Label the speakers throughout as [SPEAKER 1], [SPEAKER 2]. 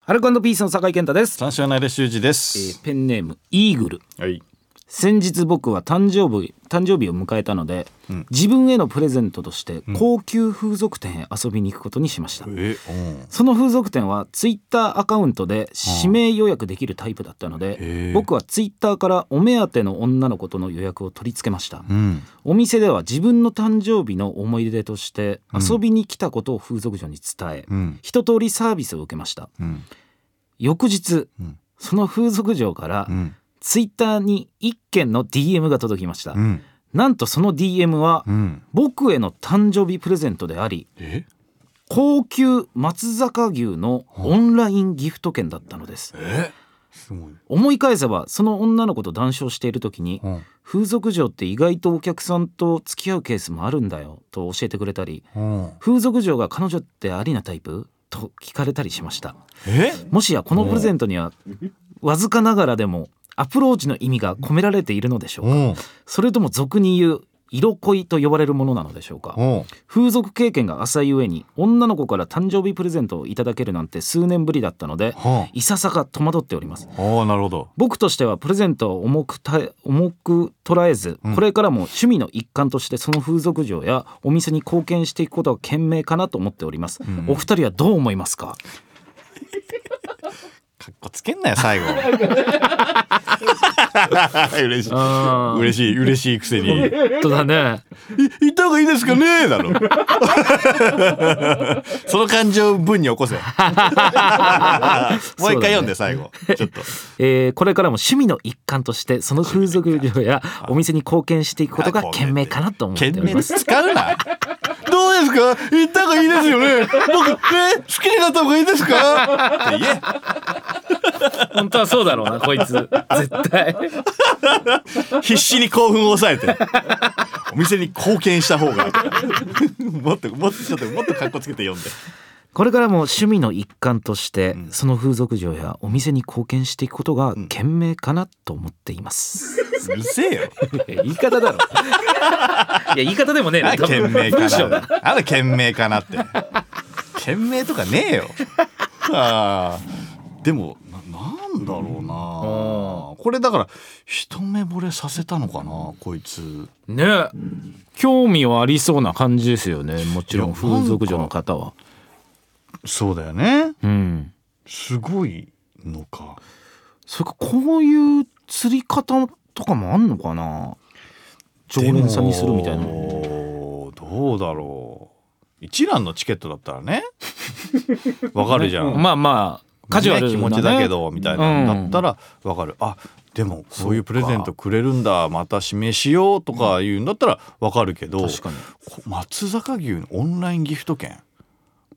[SPEAKER 1] ハルコピースの酒井健太です、
[SPEAKER 2] 三四郎で修二で
[SPEAKER 1] え
[SPEAKER 2] す
[SPEAKER 1] ー、。ペンネームイーグル
[SPEAKER 2] はい。
[SPEAKER 1] 先日僕は誕生日誕生日を迎えたので、
[SPEAKER 2] ん
[SPEAKER 1] 自分へのプレゼントとして高級風俗店へ遊びに行くことにしました、
[SPEAKER 2] え、うん。
[SPEAKER 1] その風俗店はツイッターアカウントで指名予約できるタイプだったの
[SPEAKER 2] へ
[SPEAKER 1] で
[SPEAKER 2] え
[SPEAKER 1] 僕はツイッターからお目当ての女の子との予約を取り付けました
[SPEAKER 2] うん。
[SPEAKER 1] お店では自分の誕生日の思い出として遊びに来たことを風俗嬢に伝え、
[SPEAKER 2] うん。
[SPEAKER 1] 一通りサービスを受けました
[SPEAKER 2] うん。
[SPEAKER 1] 翌日
[SPEAKER 2] うん。
[SPEAKER 1] その風俗嬢から
[SPEAKER 2] うん。
[SPEAKER 1] ツイッターに1件の DM が届きました、
[SPEAKER 2] うん。
[SPEAKER 1] なんとその DM は
[SPEAKER 2] うん。
[SPEAKER 1] 僕への誕生日プレゼントであり
[SPEAKER 2] え。
[SPEAKER 1] 高級松坂牛のオンラインギフト券だったのです
[SPEAKER 2] え。すごい。
[SPEAKER 1] 思い返せばその女の子と談笑している時に
[SPEAKER 2] うん。
[SPEAKER 1] 風俗嬢って意外とお客さんと付き合うケースもあるんだよと教えてくれたり
[SPEAKER 2] うん。
[SPEAKER 1] 風俗嬢が彼女ってありなタイプと聞かれたりしました
[SPEAKER 2] え。
[SPEAKER 1] もしやこのプレゼントにはわずかながらでもアプローチの意味が込められているのでしょうか
[SPEAKER 2] うん。
[SPEAKER 1] それとも俗に言う色恋と呼ばれるものなのでしょうか
[SPEAKER 2] うん。
[SPEAKER 1] 風俗経験が浅い上に女の子から誕生日プレゼントをいただけるなんて数年ぶりだったので
[SPEAKER 2] はい
[SPEAKER 1] ささか戸惑っております
[SPEAKER 2] あ。ああ、なるほど。
[SPEAKER 1] 僕としてはプレゼントを重くた重く捉えず、
[SPEAKER 2] うん
[SPEAKER 1] これからも趣味の一環としてその風俗嬢やお店に貢献していくことが賢明かなと思っております、
[SPEAKER 2] ん
[SPEAKER 1] お二人はどう思います か
[SPEAKER 2] かっこつけんなよ、最後。嬉しい。
[SPEAKER 1] あ
[SPEAKER 2] 嬉しい、嬉しいくせに。い
[SPEAKER 1] 本当だね
[SPEAKER 2] 言った方がいいですかねだろ。その感情を文に起こせ。もう一回読んで、最後。ちょっと。
[SPEAKER 1] えーこれからも趣味の一環としてその風俗嬢やお店に貢献していくことが賢明かなと思っております
[SPEAKER 2] 使うな。どうですか行った方がいいですよね。僕、え好きになった方がいいですかって言え。
[SPEAKER 1] 本当はそうだろうなこいつ絶対
[SPEAKER 2] 必死に興奮を抑えて。お店に貢献した方が。もっと、もっと、ちょっと、もっと格好つけて読んで。
[SPEAKER 1] これからも趣味の一環として、
[SPEAKER 2] うん
[SPEAKER 1] その風俗嬢やお店に貢献していくことが賢明かなと思っています、
[SPEAKER 2] うるせえよ。
[SPEAKER 1] 言い方だろいや言い方でもねえな多分
[SPEAKER 2] 懸命
[SPEAKER 1] 文章
[SPEAKER 2] か
[SPEAKER 1] だ
[SPEAKER 2] な。あの懸命かなって。懸命とかねえよ。あーでもな、なんだろうな。これだから、一目惚れさせたのかな、こいつ。
[SPEAKER 1] ね興味はありそうな感じですよねもちろん
[SPEAKER 2] いやなんか
[SPEAKER 1] 風俗嬢の方は
[SPEAKER 2] そうだよね。
[SPEAKER 1] うん
[SPEAKER 2] すごいのか。
[SPEAKER 1] それかこういう釣り方とかもあんのかな常連さんにするみたいな
[SPEAKER 2] でもどうだろう。一蘭のチケットだった らね。わかるじゃん。
[SPEAKER 1] まあまあカジュアルな、ね、
[SPEAKER 2] 気持ちだけどみたいな
[SPEAKER 1] う
[SPEAKER 2] の
[SPEAKER 1] ん
[SPEAKER 2] だったらわかる。あでもこういうプレゼントくれるんだまた指名しようとか言うんだったらわかるけど
[SPEAKER 1] 確かに
[SPEAKER 2] こ松坂牛のオンラインギフト券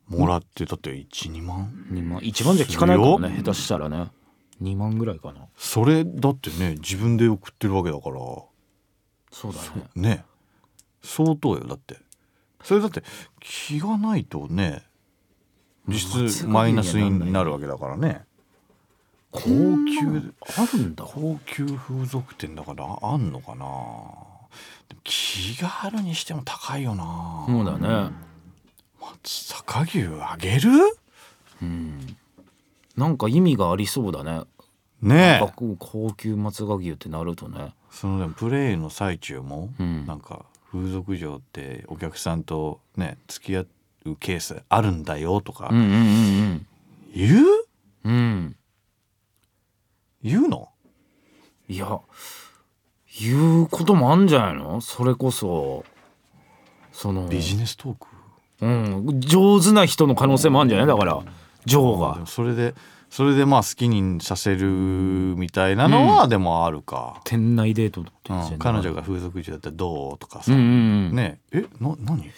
[SPEAKER 2] もらってだって12万
[SPEAKER 1] 2万1万じゃ効かないから
[SPEAKER 2] す
[SPEAKER 1] ね
[SPEAKER 2] るよ
[SPEAKER 1] 下手したらね2万ぐらいかな
[SPEAKER 2] それだってね自分で送ってるわけだから。
[SPEAKER 1] そうだね
[SPEAKER 2] ね相当よだってそれだって気がないとね実質マイナスになるわけだからね高級
[SPEAKER 1] あるんだ
[SPEAKER 2] 高級風俗店だからあんのかなでも気があるにしても高いよな、
[SPEAKER 1] そうだね
[SPEAKER 2] 松阪牛あげる
[SPEAKER 1] なんか意味がありそうだね
[SPEAKER 2] ねえ
[SPEAKER 1] 学高級松賀牛ってなるとね
[SPEAKER 2] そのねプレイの最中も、
[SPEAKER 1] うん
[SPEAKER 2] なんか風俗嬢ってお客さんとね付き合うケースあるんだよとか、
[SPEAKER 1] うんうん
[SPEAKER 2] 言
[SPEAKER 1] うんうん
[SPEAKER 2] う
[SPEAKER 1] うん
[SPEAKER 2] 言うの
[SPEAKER 1] いや言うこともあんじゃないのそれこそその
[SPEAKER 2] ビジネストーク、
[SPEAKER 1] うん上手な人の可能性もあるんじゃないだからジョー
[SPEAKER 2] で
[SPEAKER 1] が
[SPEAKER 2] もそれでそれでまあ好きにさせるみたいなのはでもあるか、
[SPEAKER 1] 店内デートって
[SPEAKER 2] うん
[SPEAKER 1] 言ってた
[SPEAKER 2] 彼
[SPEAKER 1] よね
[SPEAKER 2] 女が風俗嬢だったらどうとか
[SPEAKER 1] う
[SPEAKER 2] さ、
[SPEAKER 1] んうんうん
[SPEAKER 2] ねええな何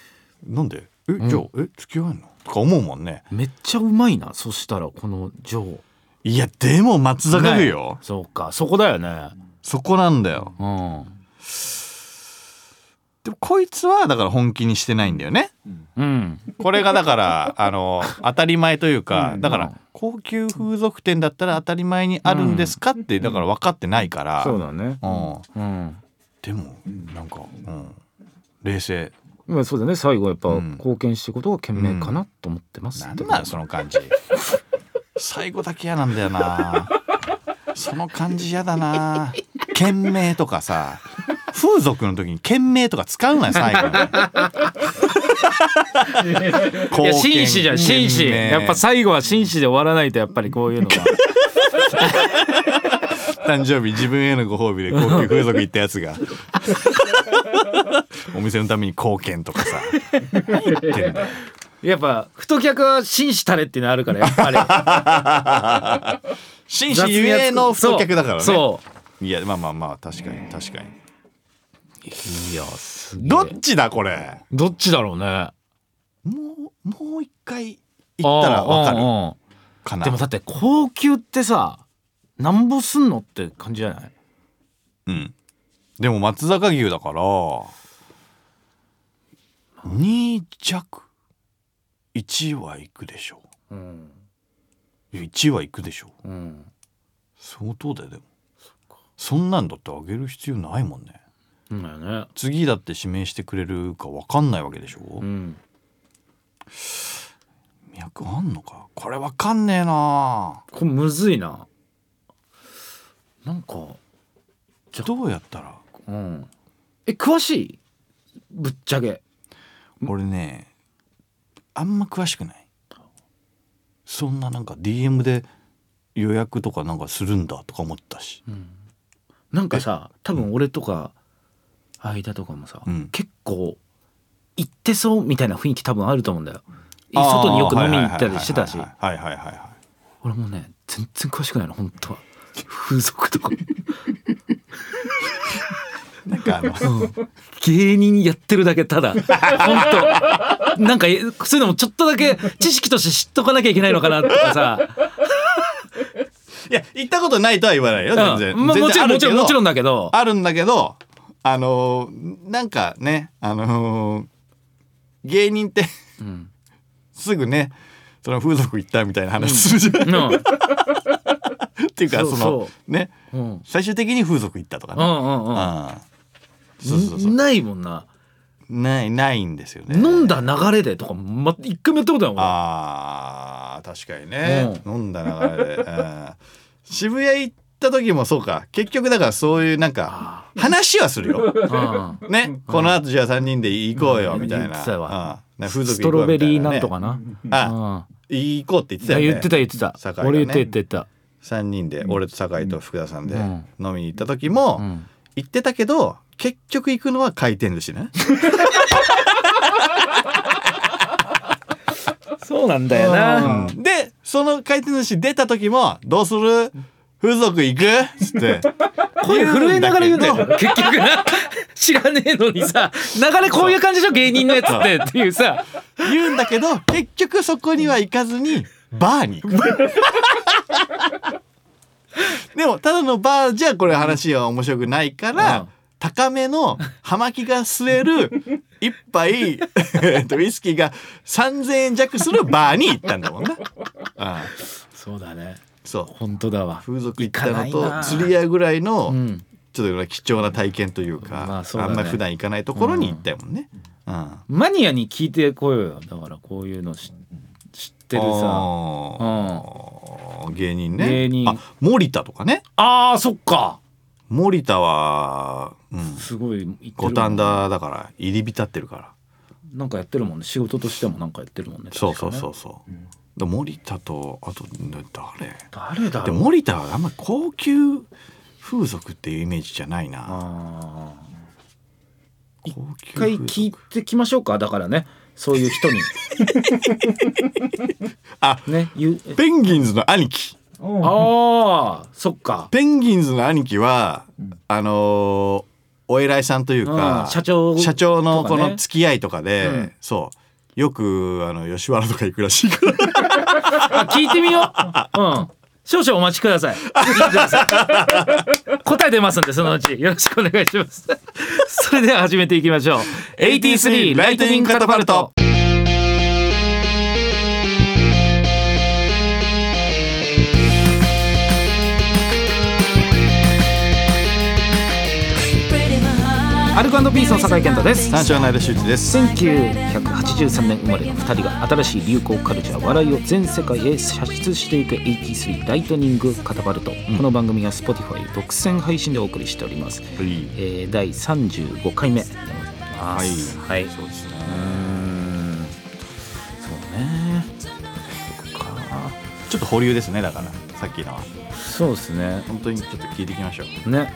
[SPEAKER 2] なんでえじゃあ、え付き合えんのとか思うもんね
[SPEAKER 1] めっちゃうまいなそしたらこのジョー
[SPEAKER 2] いやでも松坂牛よ、
[SPEAKER 1] そうかそこだよね
[SPEAKER 2] そこなんだよ
[SPEAKER 1] うん
[SPEAKER 2] でもこいつはだから本気にしてないんだよね
[SPEAKER 1] うん
[SPEAKER 2] これがだから あの当たり前というかだから高級風俗店だったら当たり前にあるんですかってだから分かってないから、
[SPEAKER 1] そうだね
[SPEAKER 2] うん、
[SPEAKER 1] うん
[SPEAKER 2] でもなんか、うん、冷静
[SPEAKER 1] まあそうだね最後やっぱ
[SPEAKER 2] うん
[SPEAKER 1] 貢献していくことが賢明かなと思ってます
[SPEAKER 2] な
[SPEAKER 1] って
[SPEAKER 2] んなんその感じ 最後だけ嫌なんだよなその感じ嫌だな県名とかさ風俗の時に県名とか使うなよ最
[SPEAKER 1] い
[SPEAKER 2] 後に貢
[SPEAKER 1] や
[SPEAKER 2] 献
[SPEAKER 1] 紳士じゃん紳士
[SPEAKER 2] 県名
[SPEAKER 1] やっぱ最後は紳士で終わらないとやっぱりこういうの が
[SPEAKER 2] 誕生日自分へのご褒美で高級風俗行ったや つがお店のために貢献とかさ何言ってんだよ
[SPEAKER 1] やっぱ太客は紳士たれっていうのあるからやっぱり
[SPEAKER 2] 紳士ゆえの太客だからね
[SPEAKER 1] そうそう
[SPEAKER 2] いやまあまあまあ確かに確かに
[SPEAKER 1] いやすげえ
[SPEAKER 2] どっちだこれ
[SPEAKER 1] どっちだろうね
[SPEAKER 2] もうもう一回行ったらわか
[SPEAKER 1] うん
[SPEAKER 2] る
[SPEAKER 1] うん
[SPEAKER 2] かな
[SPEAKER 1] でもだって高級ってさなんぼすんのって感じじゃない
[SPEAKER 2] うん、でも松坂牛だから2弱1は行くでしょ
[SPEAKER 1] うん
[SPEAKER 2] ういや1は行くでしょう
[SPEAKER 1] うん
[SPEAKER 2] 相当だよでもそんなんだってあげる必要ないもんね
[SPEAKER 1] だよね
[SPEAKER 2] 次だって指名してくれるか分かんないわけでしょ、
[SPEAKER 1] うん
[SPEAKER 2] 脈あんのかこれ分かんねえな
[SPEAKER 1] これむずいななんか
[SPEAKER 2] どうやったら
[SPEAKER 1] うんえ詳しいぶっちゃけ
[SPEAKER 2] 俺ねあんま詳しくないそんななんか DM で予約とかなんかするんだとか思ったし
[SPEAKER 1] なんかさ多分俺とか間とかもさ、
[SPEAKER 2] うん
[SPEAKER 1] 結構行ってそうみたいな雰囲気多分あると思うんだよ
[SPEAKER 2] あー
[SPEAKER 1] 外によく飲みに行ったりしてたし
[SPEAKER 2] はいはいはいはいはいはいはい
[SPEAKER 1] 俺もね全然詳しくないの本当は風俗とか
[SPEAKER 2] なんかあの
[SPEAKER 1] 芸人やってるだけただ本当なんかえそういうのもちょっとだけ知識として知っとかなきゃいけないのかなとかさ、
[SPEAKER 2] いや行ったことないとは言わないよ全
[SPEAKER 1] う
[SPEAKER 2] 然、
[SPEAKER 1] んまあ、もちろんも
[SPEAKER 2] 全
[SPEAKER 1] ちろ
[SPEAKER 2] 然
[SPEAKER 1] んもちろん
[SPEAKER 2] ある
[SPEAKER 1] だけ
[SPEAKER 2] けど
[SPEAKER 1] ど
[SPEAKER 2] あるんだけどあのーなんかねあのー芸人って
[SPEAKER 1] うん、
[SPEAKER 2] すぐねその風俗行ったみたいな話するじゃん、
[SPEAKER 1] うん
[SPEAKER 2] っていうかそ
[SPEAKER 1] そう
[SPEAKER 2] の
[SPEAKER 1] そ
[SPEAKER 2] ね
[SPEAKER 1] うん
[SPEAKER 2] 最終的に風俗行ったとか
[SPEAKER 1] う
[SPEAKER 2] ね、
[SPEAKER 1] んうんうん
[SPEAKER 2] ああそうそうそう
[SPEAKER 1] ないもんな
[SPEAKER 2] ないないんですよね
[SPEAKER 1] 飲んだ流れでとか、ま、一回もやったことないもん俺
[SPEAKER 2] あー確かにね、飲んだ流れで、うん渋谷行った時もそうか結局だからそういうなんか話はするよ
[SPEAKER 1] うん
[SPEAKER 2] ね、この後じゃあ3人で行こうよみたい
[SPEAKER 1] 言
[SPEAKER 2] な、
[SPEAKER 1] ってたわ
[SPEAKER 2] うんね風
[SPEAKER 1] ス
[SPEAKER 2] 俗
[SPEAKER 1] ト
[SPEAKER 2] 行こ
[SPEAKER 1] ロ
[SPEAKER 2] う
[SPEAKER 1] ベ
[SPEAKER 2] みた
[SPEAKER 1] リ
[SPEAKER 2] い
[SPEAKER 1] ー
[SPEAKER 2] な、
[SPEAKER 1] な
[SPEAKER 2] ね、
[SPEAKER 1] んとかな。
[SPEAKER 2] あ行こうって言って
[SPEAKER 1] うん、
[SPEAKER 2] たよね
[SPEAKER 1] 言ってた言ってた。
[SPEAKER 2] 酒井がね
[SPEAKER 1] 俺言ってた言ってた。
[SPEAKER 2] 3人で俺と酒井と福田さんで
[SPEAKER 1] うん
[SPEAKER 2] 飲みに行った時も、
[SPEAKER 1] うん、
[SPEAKER 2] 行ってたけど結局行くのは回転寿司ね
[SPEAKER 1] そうなんだよな。
[SPEAKER 2] うんでその回転寿司出た時も「どうする風俗行く?」っつって
[SPEAKER 1] 声震えながら言うんだよ
[SPEAKER 2] 言うん。
[SPEAKER 1] 結局な。 知らねえのにさ、流れこういう感じでしょ芸人のやつ ってっていうさ。
[SPEAKER 2] 言うんだけど結局そこには行かずにバーに 行くでもただのバーじゃこれ話は面白くないから、
[SPEAKER 1] うん
[SPEAKER 2] 高めの葉巻が吸える一杯 えっとウイスキーが3,000円弱するバーに行ったんだもんな。ああ
[SPEAKER 1] そうだね。
[SPEAKER 2] そう
[SPEAKER 1] 本当だわ。
[SPEAKER 2] 風俗行ったの
[SPEAKER 1] 行かない
[SPEAKER 2] と
[SPEAKER 1] な
[SPEAKER 2] 釣り屋ぐらいの、
[SPEAKER 1] うん。
[SPEAKER 2] ちょっと貴重な体験というか、
[SPEAKER 1] まあそうだ
[SPEAKER 2] あ
[SPEAKER 1] ね
[SPEAKER 2] んまり普段行かないところに行ったよもんね。うん。
[SPEAKER 1] マニアに聞いてこようよ。だからこういうのし知ってるさ。うん。
[SPEAKER 2] あー芸人ね。
[SPEAKER 1] 芸人
[SPEAKER 2] あ、森田とかね。
[SPEAKER 1] あーそっか。
[SPEAKER 2] 森田は、うん、
[SPEAKER 1] すごい言ってるも
[SPEAKER 2] 五
[SPEAKER 1] ん
[SPEAKER 2] 反田だから入り浸ってるから。
[SPEAKER 1] なんかやってるもんね。仕事としてもなんかやってるもんね。。
[SPEAKER 2] そうそうそううそう。で森田とあとね誰？
[SPEAKER 1] 誰だ
[SPEAKER 2] で
[SPEAKER 1] ろう。
[SPEAKER 2] 森田はあんま高級風俗っていうイメージじゃないな。
[SPEAKER 1] ああ。
[SPEAKER 2] 高級
[SPEAKER 1] 一回
[SPEAKER 2] 風俗
[SPEAKER 1] 聞いてきましょうかだからねそういう人に
[SPEAKER 2] あ、
[SPEAKER 1] ねゆ
[SPEAKER 2] ペンギンズの兄貴。
[SPEAKER 1] ああそっか、
[SPEAKER 2] ペンギンズの兄貴は、あのーお偉いさんという
[SPEAKER 1] う
[SPEAKER 2] か
[SPEAKER 1] ん、社長
[SPEAKER 2] 社長の
[SPEAKER 1] と
[SPEAKER 2] こ
[SPEAKER 1] かね
[SPEAKER 2] の付き合いとかで、
[SPEAKER 1] うん
[SPEAKER 2] そうよくあの吉原とか行くらしいから
[SPEAKER 1] あ聞いてみよううん少々お待ちください聞いてください答え出ますんでそのうちよろしくお願いしますそれでは始めていきましょう83ライトニングカタパルト
[SPEAKER 3] Spreading my heart.
[SPEAKER 1] アルコピースの酒井健太です
[SPEAKER 2] 三章の間修一です
[SPEAKER 1] 1983年生まれの2人が新しい流行カルチャー笑いを全世界へ射出していく83ライトニングカタパルト、この番組は Spotify 独占配信でお送りしております、
[SPEAKER 2] はい
[SPEAKER 1] えー、第35回目でございますはい、
[SPEAKER 2] そうですね
[SPEAKER 1] そうね
[SPEAKER 2] ちょっと保留ですねだからさっきのは
[SPEAKER 1] そうですね
[SPEAKER 2] 本当にちょっと聞いていきましょう、
[SPEAKER 1] ね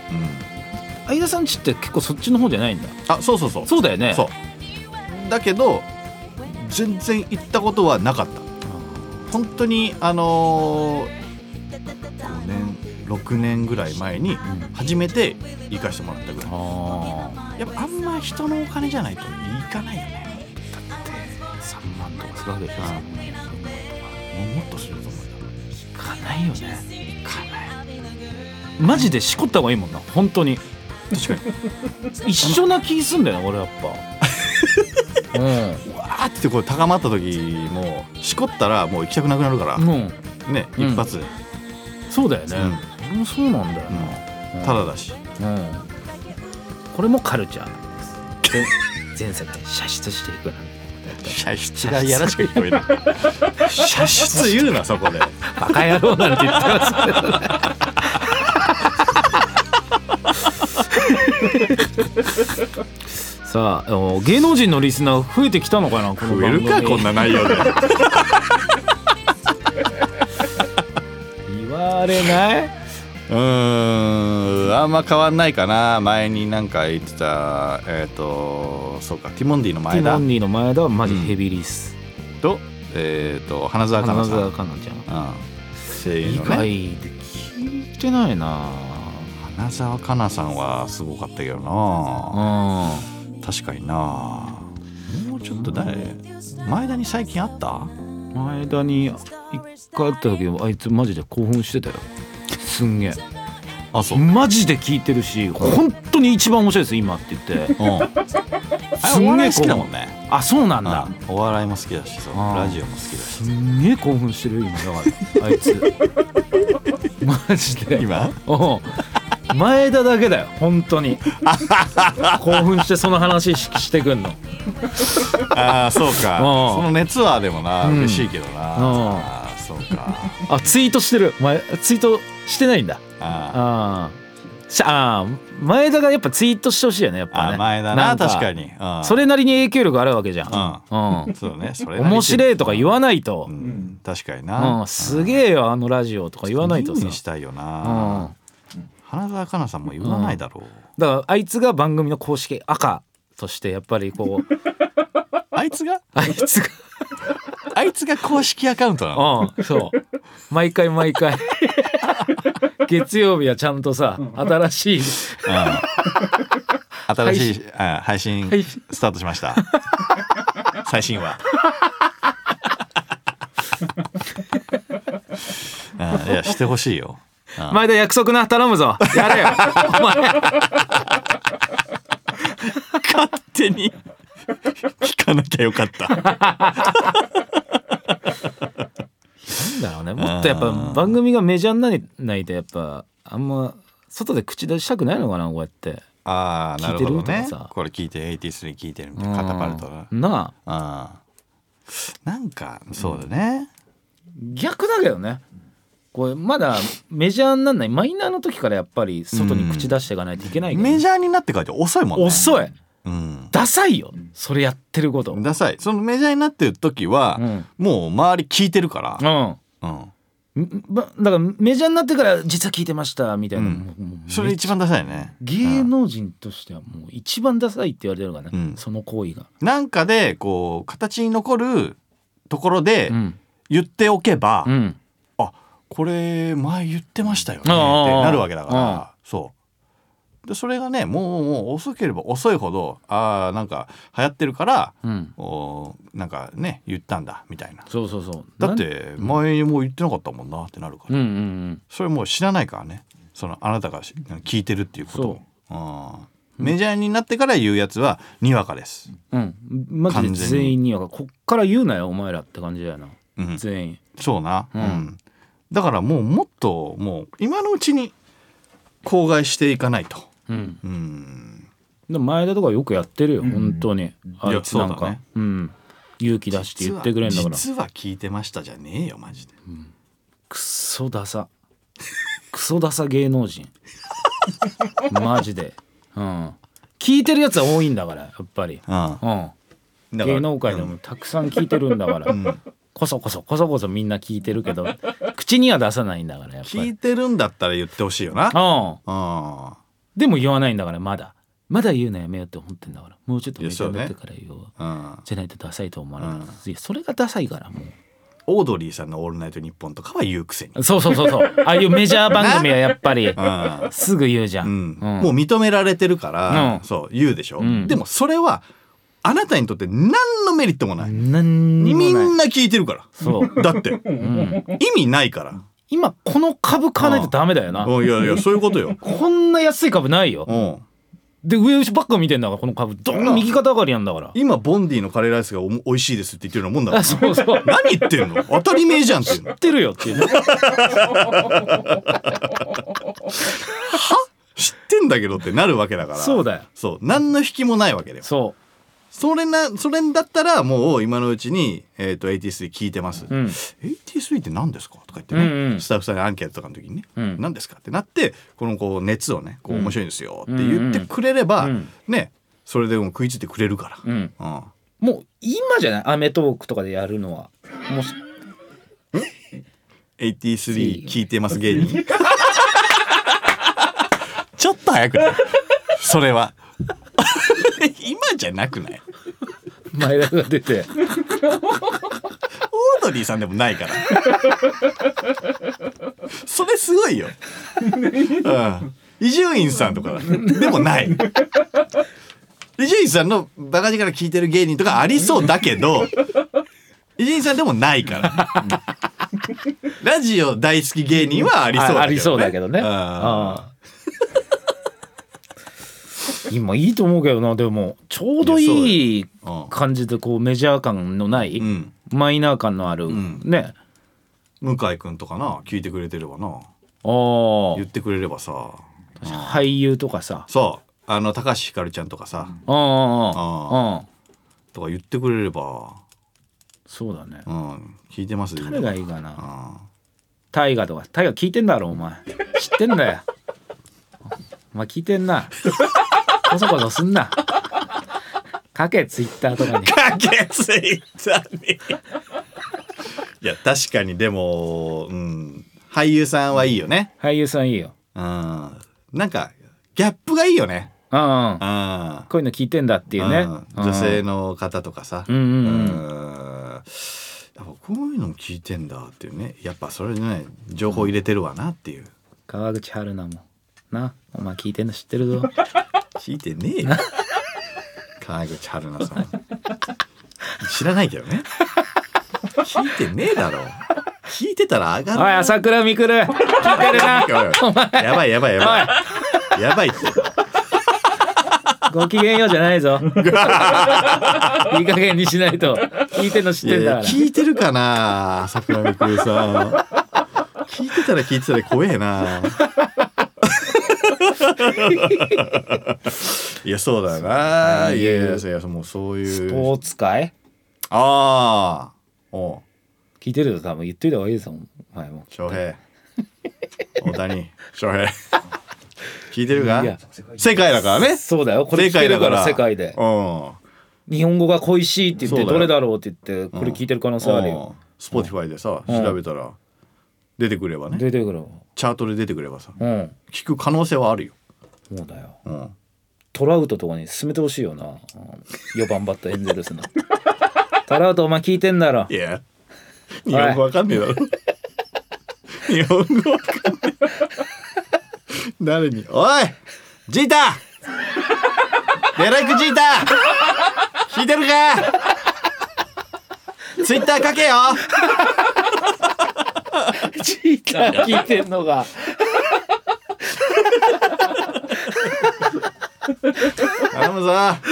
[SPEAKER 2] うん、
[SPEAKER 1] 相田さんちって結構そっちの方じゃないんだ
[SPEAKER 2] あそうそうそう
[SPEAKER 1] そうだよね
[SPEAKER 2] そうだけど全然行ったことはなかった本当にあのー、5年6年ぐらい前に初めて行かしてもらったぐらい、
[SPEAKER 1] あ
[SPEAKER 2] やっぱあんま人のお金じゃないと行かないよね
[SPEAKER 1] あだって3万とかするわけでしょ
[SPEAKER 2] うん
[SPEAKER 1] 3万と
[SPEAKER 2] もうもっとすると思うよ
[SPEAKER 1] か行かないよね行かないマジでしこった方がいいもんな本当に
[SPEAKER 2] 確か
[SPEAKER 1] 一緒な気すんだよな俺やっぱ
[SPEAKER 2] にうわーってこう高まった時もしこったら もう行きたくなくなるから
[SPEAKER 1] うん、うん、
[SPEAKER 2] ね
[SPEAKER 1] うん
[SPEAKER 2] 一発で、
[SPEAKER 1] そうだよね、
[SPEAKER 2] うん
[SPEAKER 1] 俺もそうなんだよな、うん
[SPEAKER 2] ただだし
[SPEAKER 1] うん、これもカルチャーです全全世界射出していくから
[SPEAKER 2] 射出がやらしく聞こえる射出言うなそこで
[SPEAKER 1] バカ野郎なんて言ってますけどね さあお芸能人のリスナー増えてきたのかなこの
[SPEAKER 2] 増え
[SPEAKER 1] 番
[SPEAKER 2] る
[SPEAKER 1] 組
[SPEAKER 2] かこんな内容で
[SPEAKER 1] 言われないう
[SPEAKER 2] ーんあんま変わんないかな前になんか言ってたえっ、とそうかティモンディの
[SPEAKER 1] ティ
[SPEAKER 2] 前
[SPEAKER 1] モ
[SPEAKER 2] だ
[SPEAKER 1] ンディの前田はマジヘビーリス、
[SPEAKER 2] とえっ、と花
[SPEAKER 1] う
[SPEAKER 2] 澤
[SPEAKER 1] ん、
[SPEAKER 2] 香
[SPEAKER 1] 花
[SPEAKER 2] 菜
[SPEAKER 1] 澤香菜ちゃん
[SPEAKER 2] さん、うん、声優
[SPEAKER 1] 以
[SPEAKER 2] の
[SPEAKER 1] 外
[SPEAKER 2] ね
[SPEAKER 1] で聞いてないな
[SPEAKER 2] 花澤香菜さんはすごかったけどな
[SPEAKER 1] う
[SPEAKER 2] 確かになもうちょっと誰前田に最近あった
[SPEAKER 1] ん前田に一回会った時あいつマジで興奮してたよすんげえ
[SPEAKER 2] あそ
[SPEAKER 1] マジで聞いてるし本当に一番面白いです今って言って
[SPEAKER 2] うん、あ
[SPEAKER 1] すんげえ
[SPEAKER 2] れお笑い好きだもんね
[SPEAKER 1] あそうなんだ
[SPEAKER 2] うんお笑いも好きだしそう
[SPEAKER 1] あー
[SPEAKER 2] ラジオも好きだし
[SPEAKER 1] すんげえ興奮してるよ今だからあいつ マジで
[SPEAKER 2] 今
[SPEAKER 1] うん前田だけだよ本当 に興奮してその話ししてくんの
[SPEAKER 2] ああそ
[SPEAKER 1] う
[SPEAKER 2] うか
[SPEAKER 1] ん
[SPEAKER 2] その熱はでもな、
[SPEAKER 1] うん
[SPEAKER 2] 嬉しいけどな、
[SPEAKER 1] うん
[SPEAKER 2] あーそうか
[SPEAKER 1] あツイートしてる前ツイートしてないんだ
[SPEAKER 2] あ
[SPEAKER 1] あーしあー前田がやっぱツイートしてほしいよねやっ
[SPEAKER 2] ー
[SPEAKER 1] ぱ
[SPEAKER 2] あ
[SPEAKER 1] ね
[SPEAKER 2] ー前だな確かに、うん、
[SPEAKER 1] それなりに影響力あるわけじゃん、
[SPEAKER 2] うんそうねそれ
[SPEAKER 1] 面白いとか言わ
[SPEAKER 2] ない、
[SPEAKER 1] ないと
[SPEAKER 2] う、ん、確かに
[SPEAKER 1] うん
[SPEAKER 2] な、
[SPEAKER 1] すげえよあのラジオとか言わないと
[SPEAKER 2] いい
[SPEAKER 1] さ
[SPEAKER 2] にしたいよ
[SPEAKER 1] うん
[SPEAKER 2] な、花澤香菜さんも言わないだろう、
[SPEAKER 1] だからあいつが番組の公式赤としてやっぱりこ う
[SPEAKER 2] あいつが
[SPEAKER 1] あいつが
[SPEAKER 2] あいつが公式アカウントなの
[SPEAKER 1] うん、そう。毎回毎回。 月曜日はちゃんとさ、新しい
[SPEAKER 2] うん新しいあー配信
[SPEAKER 1] 配信
[SPEAKER 2] スタートしました 最新話うんいやしてほしいようん
[SPEAKER 1] 前田約束な頼むぞやれよお前
[SPEAKER 2] 勝手に聞かなきゃよか った
[SPEAKER 1] だろうねもっとやっぱ番組がメジャーになりないとやっぱあんま外で口出したくないのかなこうやって
[SPEAKER 2] ああなるほど
[SPEAKER 1] 聞いてる
[SPEAKER 2] ね
[SPEAKER 1] とかさ
[SPEAKER 2] これ聞いて83聞いてるみたいなカタパルトだ
[SPEAKER 1] うんなあ
[SPEAKER 2] あなんかそうだね、
[SPEAKER 1] 逆だけどねこれまだメジャーになんないマイナーの時からやっぱり外に口出していかないといけないけどね、
[SPEAKER 2] メジャーになってからって遅いもんね
[SPEAKER 1] 遅
[SPEAKER 2] い、
[SPEAKER 1] い
[SPEAKER 2] うん、
[SPEAKER 1] ダサいよそれやってることうん
[SPEAKER 2] ダサいそのメジャーになってる時は、
[SPEAKER 1] うん
[SPEAKER 2] もう周り聞いてるから、うん
[SPEAKER 1] んばだからメジャーになってから実は聞いてましたみたいな、
[SPEAKER 2] うん
[SPEAKER 1] もうもう
[SPEAKER 2] それ一番ダサいね
[SPEAKER 1] 芸能人としてはもう一番ダサいって言われてるからね、
[SPEAKER 2] うん
[SPEAKER 1] その行為が、
[SPEAKER 2] なんかでこう形に残るところで
[SPEAKER 1] うん
[SPEAKER 2] 言っておけば、
[SPEAKER 1] うん、
[SPEAKER 2] あこれ前言ってましたよねって
[SPEAKER 1] ああああ
[SPEAKER 2] なるわけだか
[SPEAKER 1] あ
[SPEAKER 2] らそうでそれがねもうもう遅ければ遅いほどああんか流行ってるから
[SPEAKER 1] うん、
[SPEAKER 2] おーなんかね言ったんだみたいな
[SPEAKER 1] そうそうそう
[SPEAKER 2] だって前にもう言ってなかったもんなってなるか
[SPEAKER 1] なんうん
[SPEAKER 2] ら
[SPEAKER 1] うんうん
[SPEAKER 2] それもう知らないからねそのあなたがし聞いてるっていうことをうんメジャーになってから言うやつはにわかです、
[SPEAKER 1] うんマジで
[SPEAKER 2] 完全に
[SPEAKER 1] 全員にはこっから言うなよお前らって感じだよな
[SPEAKER 2] うん、
[SPEAKER 1] 全員
[SPEAKER 2] そうな、
[SPEAKER 1] う
[SPEAKER 2] うんんだからもうもっともう今のうちに口外していかないと、
[SPEAKER 1] うん
[SPEAKER 2] うん、
[SPEAKER 1] でも前田とかよくやってるよ、本当にあいつなん
[SPEAKER 2] そうだ
[SPEAKER 1] か、
[SPEAKER 2] ね
[SPEAKER 1] うん勇気出して言ってくれんだから
[SPEAKER 2] 実は実は聞いてましたじゃねえよマジで
[SPEAKER 1] クソダサクソダサ芸能 人マジでうん聞いてるやつは多いんだからやっぱり
[SPEAKER 2] あ
[SPEAKER 1] うん
[SPEAKER 2] だから
[SPEAKER 1] 芸能界でもたくさん聞いてるんだから、こそこそこそこそみんな聞いてるけど 口には出さないんだからやっぱ
[SPEAKER 2] 聞
[SPEAKER 1] り
[SPEAKER 2] いてるんだったら言ってほしいよな
[SPEAKER 1] うん
[SPEAKER 2] あ
[SPEAKER 1] でも言わないんだからまだまだ言うのやめようって思ってんだからもうちょっと
[SPEAKER 2] いや
[SPEAKER 1] メジャーになって
[SPEAKER 2] そ
[SPEAKER 1] から言おう
[SPEAKER 2] あうん
[SPEAKER 1] じゃないとダサいと思わなかった、いやそれがダサいからも
[SPEAKER 2] オードリーさんの「オールナイトニッポン」とかは言うくせに
[SPEAKER 1] うそうそうそうそうああいうメジャー番組はやっぱり
[SPEAKER 2] あ
[SPEAKER 1] すぐ言うじゃ、
[SPEAKER 2] うんん
[SPEAKER 1] うん
[SPEAKER 2] もう認められてるから
[SPEAKER 1] うん
[SPEAKER 2] そう言うでしょ
[SPEAKER 1] ん
[SPEAKER 2] でもそれはあなたにとって何のメリットもない
[SPEAKER 1] 何にもない
[SPEAKER 2] みんな聞いてるから
[SPEAKER 1] そう、
[SPEAKER 2] だって
[SPEAKER 1] うん、
[SPEAKER 2] 意味ないから
[SPEAKER 1] 今この株買わないとダメだよな
[SPEAKER 2] うんいやいやそういうことよ
[SPEAKER 1] こんな安い株ないよ
[SPEAKER 2] うん
[SPEAKER 1] で上ばっか見てんだからこの株ドーン右肩上がりなんだから
[SPEAKER 2] 今ボンディのカレーライスがおも美味しいですって言ってるようなもんだか
[SPEAKER 1] あ
[SPEAKER 2] ら
[SPEAKER 1] そうそう
[SPEAKER 2] 何言ってんの当たり前じゃんっていう
[SPEAKER 1] 知
[SPEAKER 2] の
[SPEAKER 1] ってるよっていうね
[SPEAKER 2] 知ってんだけどってなるわけだから
[SPEAKER 1] そうだよ
[SPEAKER 2] そう何の引きもないわけだ よ
[SPEAKER 1] そ
[SPEAKER 2] それなそれだったらもう今のうちに、えー、と AT3 聞いてます、
[SPEAKER 1] ううん
[SPEAKER 2] AT3 って何ですかとか言ってね、
[SPEAKER 1] うんうん
[SPEAKER 2] スタッフさんにアンケートとかの時にね、
[SPEAKER 1] うん
[SPEAKER 2] 何ですかってなってこのこう熱をねこう
[SPEAKER 1] うん
[SPEAKER 2] 面白いんですよって言ってくれれば、
[SPEAKER 1] うんうん
[SPEAKER 2] ねそれでも食いついてくれるから、
[SPEAKER 1] うん
[SPEAKER 2] うん
[SPEAKER 1] もう今じゃないアメトーークとかでやるのはもう
[SPEAKER 2] 83聞いてます 芸人ちょっと早くないそれは 今じゃなくない
[SPEAKER 1] 前田が出て
[SPEAKER 2] オードリーさんでもないから。 それすごい よ。うん伊集院さんとかでもない。伊集院さんのバカ力聞いてる芸人とかありそうだけど、伊集院さんでもないから。ラジオ大好き芸人はありそうだけど、
[SPEAKER 1] あ
[SPEAKER 2] ね。
[SPEAKER 1] ありそうだけどね
[SPEAKER 2] ん
[SPEAKER 1] ああ今いいと思うけどなでもちょうどいい
[SPEAKER 2] うん
[SPEAKER 1] 感じでこうメジャー感のない、
[SPEAKER 2] うん
[SPEAKER 1] マイナー感のある、
[SPEAKER 2] ん
[SPEAKER 1] ね
[SPEAKER 2] 向井君とかな聞いてくれてればな
[SPEAKER 1] あー
[SPEAKER 2] 言ってくれればさ
[SPEAKER 1] 俳優とかさ
[SPEAKER 2] そうあの高橋ひかるちゃんとかさ
[SPEAKER 1] ああ
[SPEAKER 2] あ
[SPEAKER 1] あ
[SPEAKER 2] とか言ってくれれば
[SPEAKER 1] そうだね
[SPEAKER 2] うん、聞いてます
[SPEAKER 1] 誰がいいか
[SPEAKER 2] う
[SPEAKER 1] なん大河とか大河聞いてんだろお前知ってんだよお前聞いてんなこそこそすんなかけツイッターとかに
[SPEAKER 2] かけついたに。いや、確かに、でも、うん、俳優さんはいいよね。
[SPEAKER 1] 俳優さんいいよ
[SPEAKER 2] うん、なんか、ギャップがいいよね。
[SPEAKER 1] うんうん
[SPEAKER 2] うん。
[SPEAKER 1] こういうの聞いてんだっていうね
[SPEAKER 2] うん女性の方とかさ。
[SPEAKER 1] うんうんうん
[SPEAKER 2] うんやっぱこういうの聞いてんだっていうねやっぱそれね情報入れてるわなっていう
[SPEAKER 1] 川口春奈もなお前聞いてんの知ってるぞ
[SPEAKER 2] 聞いてねえよ川口春奈さん知らないけどね聞いてねえだろ聞いてたら上がる
[SPEAKER 1] おい朝倉未来聞いてるな
[SPEAKER 2] おいやばいやばいやばいやばいって
[SPEAKER 1] ごきげんようじゃない ぞ。いい加減にしないと。聞いてんの知って
[SPEAKER 2] いや
[SPEAKER 1] ん
[SPEAKER 2] い
[SPEAKER 1] だ
[SPEAKER 2] や
[SPEAKER 1] から。
[SPEAKER 2] 聞いてるかな朝倉未来さん聞いてたら聞いてたら怖えないやそうだよないやいやいやもうそういう
[SPEAKER 1] スポーツ界
[SPEAKER 2] ああおう
[SPEAKER 1] 聞いてると多分言っといた方がいいですよ。お前も。
[SPEAKER 2] 翔平大谷翔平聞いてるか
[SPEAKER 1] いや
[SPEAKER 2] 世界だからね
[SPEAKER 1] そうだよ。これ聞いてるから世界で
[SPEAKER 2] う。ん
[SPEAKER 1] 日本語が恋しいって言っ
[SPEAKER 2] そ
[SPEAKER 1] て
[SPEAKER 2] うだ
[SPEAKER 1] ど
[SPEAKER 2] よ
[SPEAKER 1] れだろうって言ってこれ聞いてる可能性あるよ。
[SPEAKER 2] スポティファイでさ
[SPEAKER 1] ん
[SPEAKER 2] 調べたら出てくればね
[SPEAKER 1] 出てくるわ。
[SPEAKER 2] チャートで出てくればさ
[SPEAKER 1] うん。
[SPEAKER 2] 聞く可能性はあるよ、
[SPEAKER 1] そうだよ。
[SPEAKER 2] うん、
[SPEAKER 1] トラウトとかに進めてほしいよな。うん4番バッターエンゼルス の。トラウトお前聞いてんだろ
[SPEAKER 2] い。や日本語わかん ねえだろ日本語わかんねえ誰に「おいジーターデレック・ジーター聞いてるかツイッター書けよ
[SPEAKER 1] チーター聞いてんのが。
[SPEAKER 2] 頼むぞ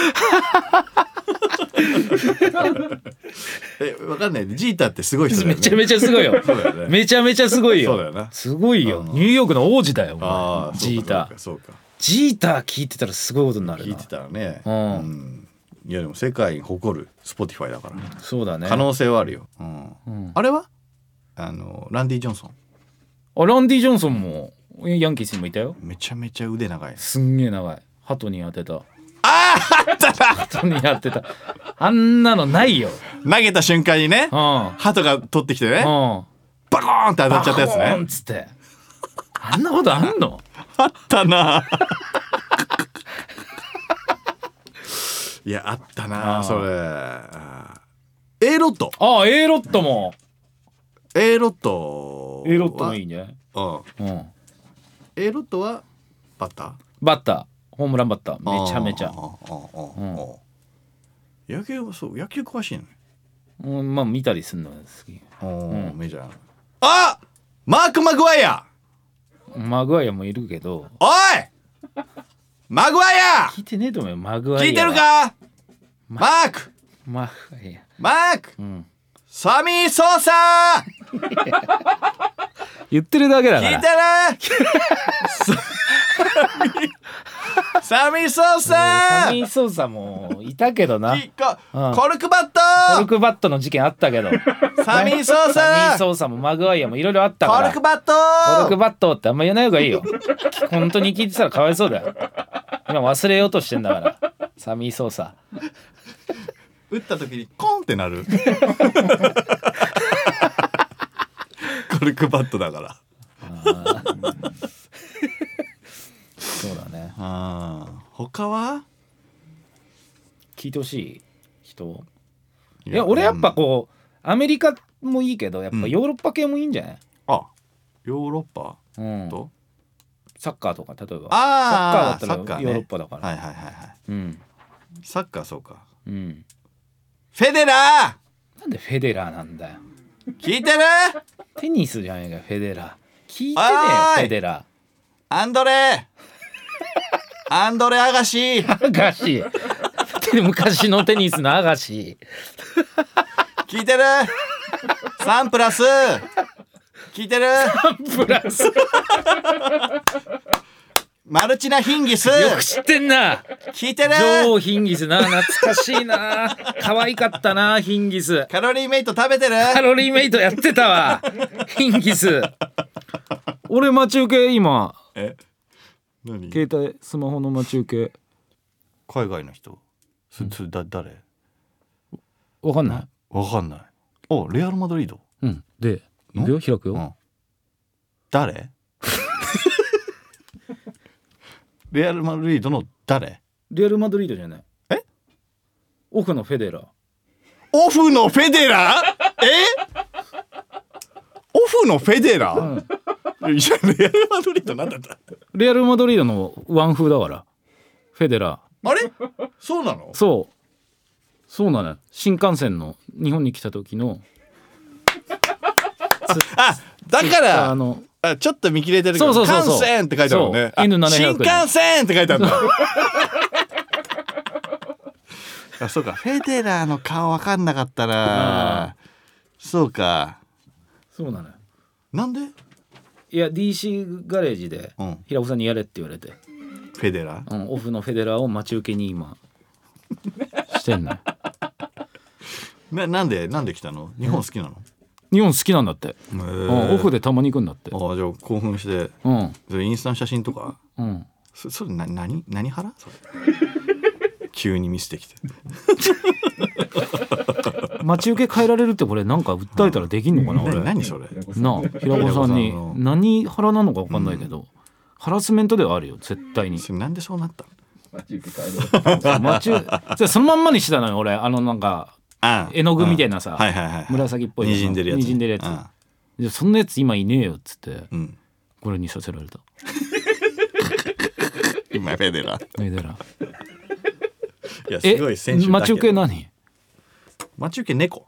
[SPEAKER 2] えわかんないジーターってすごい人だよね
[SPEAKER 1] めちゃめちゃすごいよ
[SPEAKER 2] そうだよね。
[SPEAKER 1] めちゃめちゃすごいよ。
[SPEAKER 2] そうだよな
[SPEAKER 1] すごいよ。
[SPEAKER 2] うん
[SPEAKER 1] ニューヨークの王子だよ。お前
[SPEAKER 2] ああ
[SPEAKER 1] ジーター。
[SPEAKER 2] そうかそうか
[SPEAKER 1] ジジーター聞いてたらすごいことになる
[SPEAKER 2] 聞い
[SPEAKER 1] な
[SPEAKER 2] てたらね、
[SPEAKER 1] うん
[SPEAKER 2] んいやでも世界に誇る Spotify だから、
[SPEAKER 1] そうだね
[SPEAKER 2] 可能性はあるよ、うん
[SPEAKER 1] うん
[SPEAKER 2] あれはあのランディ・ジョンソン
[SPEAKER 1] あランディ・ジョンソンもヤンキースにもいたよ
[SPEAKER 2] めちゃめちゃ腕長いです
[SPEAKER 1] すんげえ長い鳩に当てたああ鳩に当てたあんなのないよ
[SPEAKER 2] 投げた瞬間にね
[SPEAKER 1] うんうん
[SPEAKER 2] 鳩が取ってきてね
[SPEAKER 1] 当
[SPEAKER 2] バコーンって当たっちゃったやつね
[SPEAKER 1] つってあんなことあんの
[SPEAKER 2] あったな いやあったな
[SPEAKER 1] あー
[SPEAKER 2] それあー A ロット
[SPEAKER 1] ああ A ロットも
[SPEAKER 2] A ロット
[SPEAKER 1] A ロットもい
[SPEAKER 2] い、
[SPEAKER 1] いね
[SPEAKER 2] うん、
[SPEAKER 1] うん
[SPEAKER 2] A ロットはバッター
[SPEAKER 1] バッターホームランバッターめちゃめち
[SPEAKER 2] あ
[SPEAKER 1] ゃ
[SPEAKER 2] ーあーあーあーあー野球はそう野球詳しいのね
[SPEAKER 1] うんまあ見たりするのが好き
[SPEAKER 2] うんメジャーあマーク・マグワイア
[SPEAKER 1] マグワイアもいるけど
[SPEAKER 2] おいマグワイア
[SPEAKER 1] 聞いてねえと思うよマグワイアは
[SPEAKER 2] 聞いてるかマーク
[SPEAKER 1] マグワイア
[SPEAKER 2] マーク
[SPEAKER 1] うん
[SPEAKER 2] サミー・ソーサー
[SPEAKER 1] 言ってるだけだか
[SPEAKER 2] 聞い
[SPEAKER 1] ら
[SPEAKER 2] てるサミー・ソーサ
[SPEAKER 1] サ
[SPEAKER 2] ー
[SPEAKER 1] ミー・ソーサもいたけどな
[SPEAKER 2] きこ
[SPEAKER 1] うん
[SPEAKER 2] コルク
[SPEAKER 1] コ
[SPEAKER 2] バッ
[SPEAKER 1] ル
[SPEAKER 2] ト
[SPEAKER 1] クバットの事件あったけど
[SPEAKER 2] サミー・ソー
[SPEAKER 1] サミ
[SPEAKER 2] サ
[SPEAKER 1] ー・
[SPEAKER 2] ー
[SPEAKER 1] ソーサもマグワイアもいろいろあったか
[SPEAKER 2] コ
[SPEAKER 1] ら
[SPEAKER 2] ルクバット
[SPEAKER 1] コルクバットってあんま言わない方がいいよ本当に聞いてたらかわいそうだよ今忘れようとしてんだからサミー・ソーサ
[SPEAKER 2] 打った時にコーンってなるコルクバットだから
[SPEAKER 1] そうだね
[SPEAKER 2] あー他は
[SPEAKER 1] 聞いてほしい人いや俺やっぱこうアメリカもいいけどやっぱヨーロッパ系もいいんじゃない、
[SPEAKER 2] あヨーロッパ
[SPEAKER 1] うん
[SPEAKER 2] と、
[SPEAKER 1] サッカーとか例えば
[SPEAKER 2] あー
[SPEAKER 1] サッカーだったらヨーロッパだから、
[SPEAKER 2] はいはいはいはい
[SPEAKER 1] うん
[SPEAKER 2] サッカーそうか
[SPEAKER 1] うん
[SPEAKER 2] フェデラ
[SPEAKER 1] なんでフェデラーなんだよ
[SPEAKER 2] ー聞いてる
[SPEAKER 1] テニスじゃねえかよフェデラー聞いてね
[SPEAKER 2] お
[SPEAKER 1] え
[SPEAKER 2] ーい
[SPEAKER 1] よフェデラー
[SPEAKER 2] アンドレアンドレアガシー
[SPEAKER 1] アガシ 昔のテニスのアガ シ
[SPEAKER 2] 聞いてるサンプラス聞いてる
[SPEAKER 1] プラスよ
[SPEAKER 2] マルチナヒンギス
[SPEAKER 1] く知ってんな
[SPEAKER 2] 聞いてる
[SPEAKER 1] 女王ヒンギスな懐かしいな可愛かったなヒンギス
[SPEAKER 2] カロリーメイト食べてる
[SPEAKER 1] カロリーメイトやってたわヒンギス俺待ち受け今
[SPEAKER 2] え何
[SPEAKER 1] 携帯スマホの待ち受け
[SPEAKER 2] 海外の人そそれだ誰
[SPEAKER 1] わかんない
[SPEAKER 2] わかんないおレアル・マドリード
[SPEAKER 1] うんでいくよ開くよ、
[SPEAKER 2] うん誰 レアル・マドリードの誰
[SPEAKER 1] レアル・マドリードじゃない
[SPEAKER 2] え
[SPEAKER 1] オフのフェデラー
[SPEAKER 2] オフのフェデラーえオフのフェデラー、いやレアル・マドリードなんだった
[SPEAKER 1] レアル・マドリードのワン風だからフェデラー
[SPEAKER 2] あれそうなの
[SPEAKER 1] そうそうなのよ新幹線の日本に来た時の
[SPEAKER 2] あだから
[SPEAKER 1] あの
[SPEAKER 2] あちょっと見切れてるけど「
[SPEAKER 1] そうそうそうそう
[SPEAKER 2] 幹線」って書いてあるもんね
[SPEAKER 1] そう
[SPEAKER 2] あ
[SPEAKER 1] N700
[SPEAKER 2] 新幹線」って書いてあるんだ あそうかフェデラーの顔わかんなかったらそうか
[SPEAKER 1] そうなのよ
[SPEAKER 2] なんで、
[SPEAKER 1] いや DC ガレージで
[SPEAKER 2] うん、
[SPEAKER 1] 平子さんにやれって言われて、
[SPEAKER 2] フェデラー
[SPEAKER 1] うん、オフのフェデラーを待ち受けに今 してんのよ
[SPEAKER 2] ななんでなんで来たの日本好きなの、
[SPEAKER 1] 日本好きなんだって、
[SPEAKER 2] へ
[SPEAKER 1] う
[SPEAKER 2] ー
[SPEAKER 1] ん、オフでたまに行くんだって
[SPEAKER 2] あじゃあ興奮して
[SPEAKER 1] うん
[SPEAKER 2] それインスタの写真とか
[SPEAKER 1] うん
[SPEAKER 2] そそれな何何腹それ 急に見せてきて
[SPEAKER 1] 待ち受け変えられるってこれなんか訴えたらできんのかな俺
[SPEAKER 2] な何それ
[SPEAKER 1] なあ平子さんに
[SPEAKER 2] 平子さんの
[SPEAKER 1] 何腹なのか分かんないけど、ハラスメントではあるよ絶対に
[SPEAKER 2] それなんでそうなったの
[SPEAKER 1] 待ち受けじゃあそのまんまにしてたのよ俺あのなんか
[SPEAKER 2] あ
[SPEAKER 1] 絵の具みたいなさ
[SPEAKER 2] はいはいはい、はい、
[SPEAKER 1] 紫っぽいの
[SPEAKER 2] にじんでるやつ
[SPEAKER 1] にじんでるやつ
[SPEAKER 2] あ
[SPEAKER 1] じゃあそんなやつ今いねえよっつって
[SPEAKER 2] あうん
[SPEAKER 1] これにさせられた
[SPEAKER 2] 今フェデラー
[SPEAKER 1] メデラ
[SPEAKER 2] いや
[SPEAKER 1] え
[SPEAKER 2] すごい選手だけど
[SPEAKER 1] 待ち受け何
[SPEAKER 2] 待ち受け猫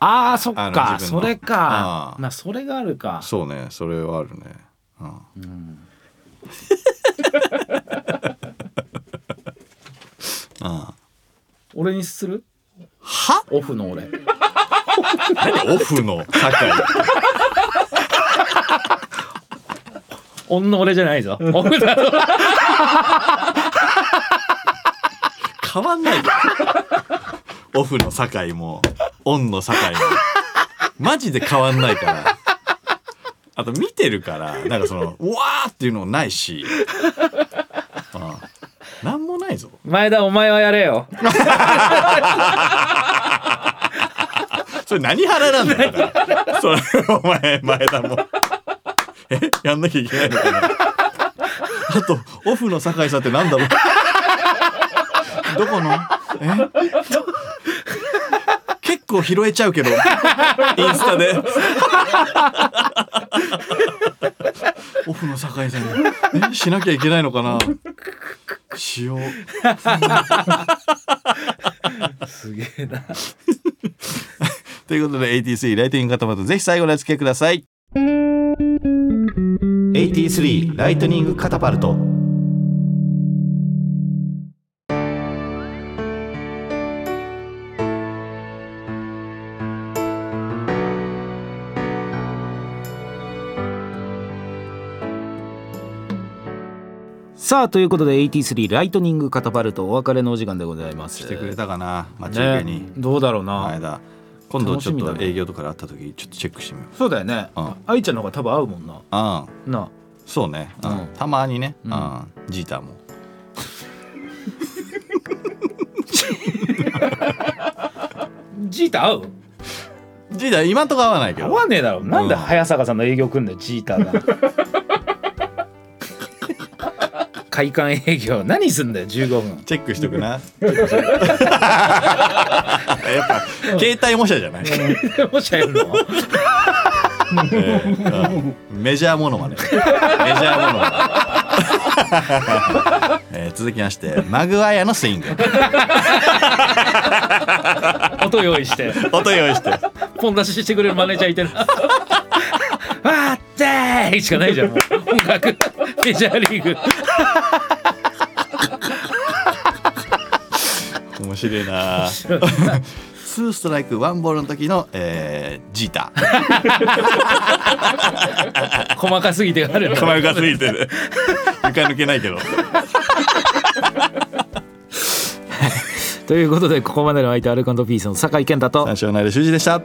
[SPEAKER 1] あーそっ
[SPEAKER 2] あの自
[SPEAKER 1] か
[SPEAKER 2] 分の
[SPEAKER 1] それか
[SPEAKER 2] あー
[SPEAKER 1] なそれがあるか
[SPEAKER 2] そうねそれはあるね、うん、
[SPEAKER 1] 俺にする
[SPEAKER 2] は
[SPEAKER 1] オフの俺
[SPEAKER 2] オフの酒井
[SPEAKER 1] 女俺じゃないぞオフだぞ
[SPEAKER 2] 変わんないよオフの酒井もオンの酒井もマジで変わんないからあと見てるからなんかそのうわーっていうのもないし、うん、なんもないぞ
[SPEAKER 1] 前田お前はやれよ
[SPEAKER 2] それ何腹なんだよだからそれお前前田もえやんなきゃいけないのかなあとオフの酒井さんってなんだろうどこのえ結構拾えちゃうけどインスタでオフの酒井さんえしなきゃいけないのかなしよう
[SPEAKER 1] すげえな
[SPEAKER 2] ということで AT3 ライティングカまたぜひ最後までお付き合いください AT3 ライトニングカタパルト
[SPEAKER 1] さあということで83ライトニングカタパルトお別れのお時間でございます
[SPEAKER 2] してくれたかな待ち受け
[SPEAKER 1] ね
[SPEAKER 2] に、
[SPEAKER 1] どうだろうな、
[SPEAKER 2] 前田今度ちょ
[SPEAKER 1] 楽し
[SPEAKER 2] っ
[SPEAKER 1] み
[SPEAKER 2] と
[SPEAKER 1] だな
[SPEAKER 2] 営業とかで会った時ちょっとチェックしてみよう
[SPEAKER 1] そうだよね
[SPEAKER 2] うん
[SPEAKER 1] 愛ちゃんの方が多分合うもんな
[SPEAKER 2] ああ
[SPEAKER 1] な
[SPEAKER 2] そうね、う
[SPEAKER 1] うん
[SPEAKER 2] ん、たまにね、
[SPEAKER 1] う
[SPEAKER 2] うんんジーターも
[SPEAKER 1] ジータ合う
[SPEAKER 2] ジーター今んとこ合わないけ
[SPEAKER 1] 合
[SPEAKER 2] ど
[SPEAKER 1] わねえだろなんで早坂さんの営業組んだよジータが 会館営業何すんだよ15分
[SPEAKER 2] チェックしとくな チェックしとくやっぱ携帯模写じゃない、え
[SPEAKER 1] もしやるの
[SPEAKER 2] えうんメジャーものまねメジャーものまね、えー続きましてマグワイアのスイング
[SPEAKER 1] 音用意して
[SPEAKER 2] 音用意して
[SPEAKER 1] ポン出ししてくれるマネージャーいてるわーってーしかないじゃんもう音楽メジャーリーグ
[SPEAKER 2] 面白いなツーストライクワンボールの時の、えージー タ
[SPEAKER 1] 細かすぎてある
[SPEAKER 2] 構えがついて る床抜けない けど
[SPEAKER 1] ということでここまでの相手アルカンドピースの酒井健太と
[SPEAKER 2] 三章内で修二でした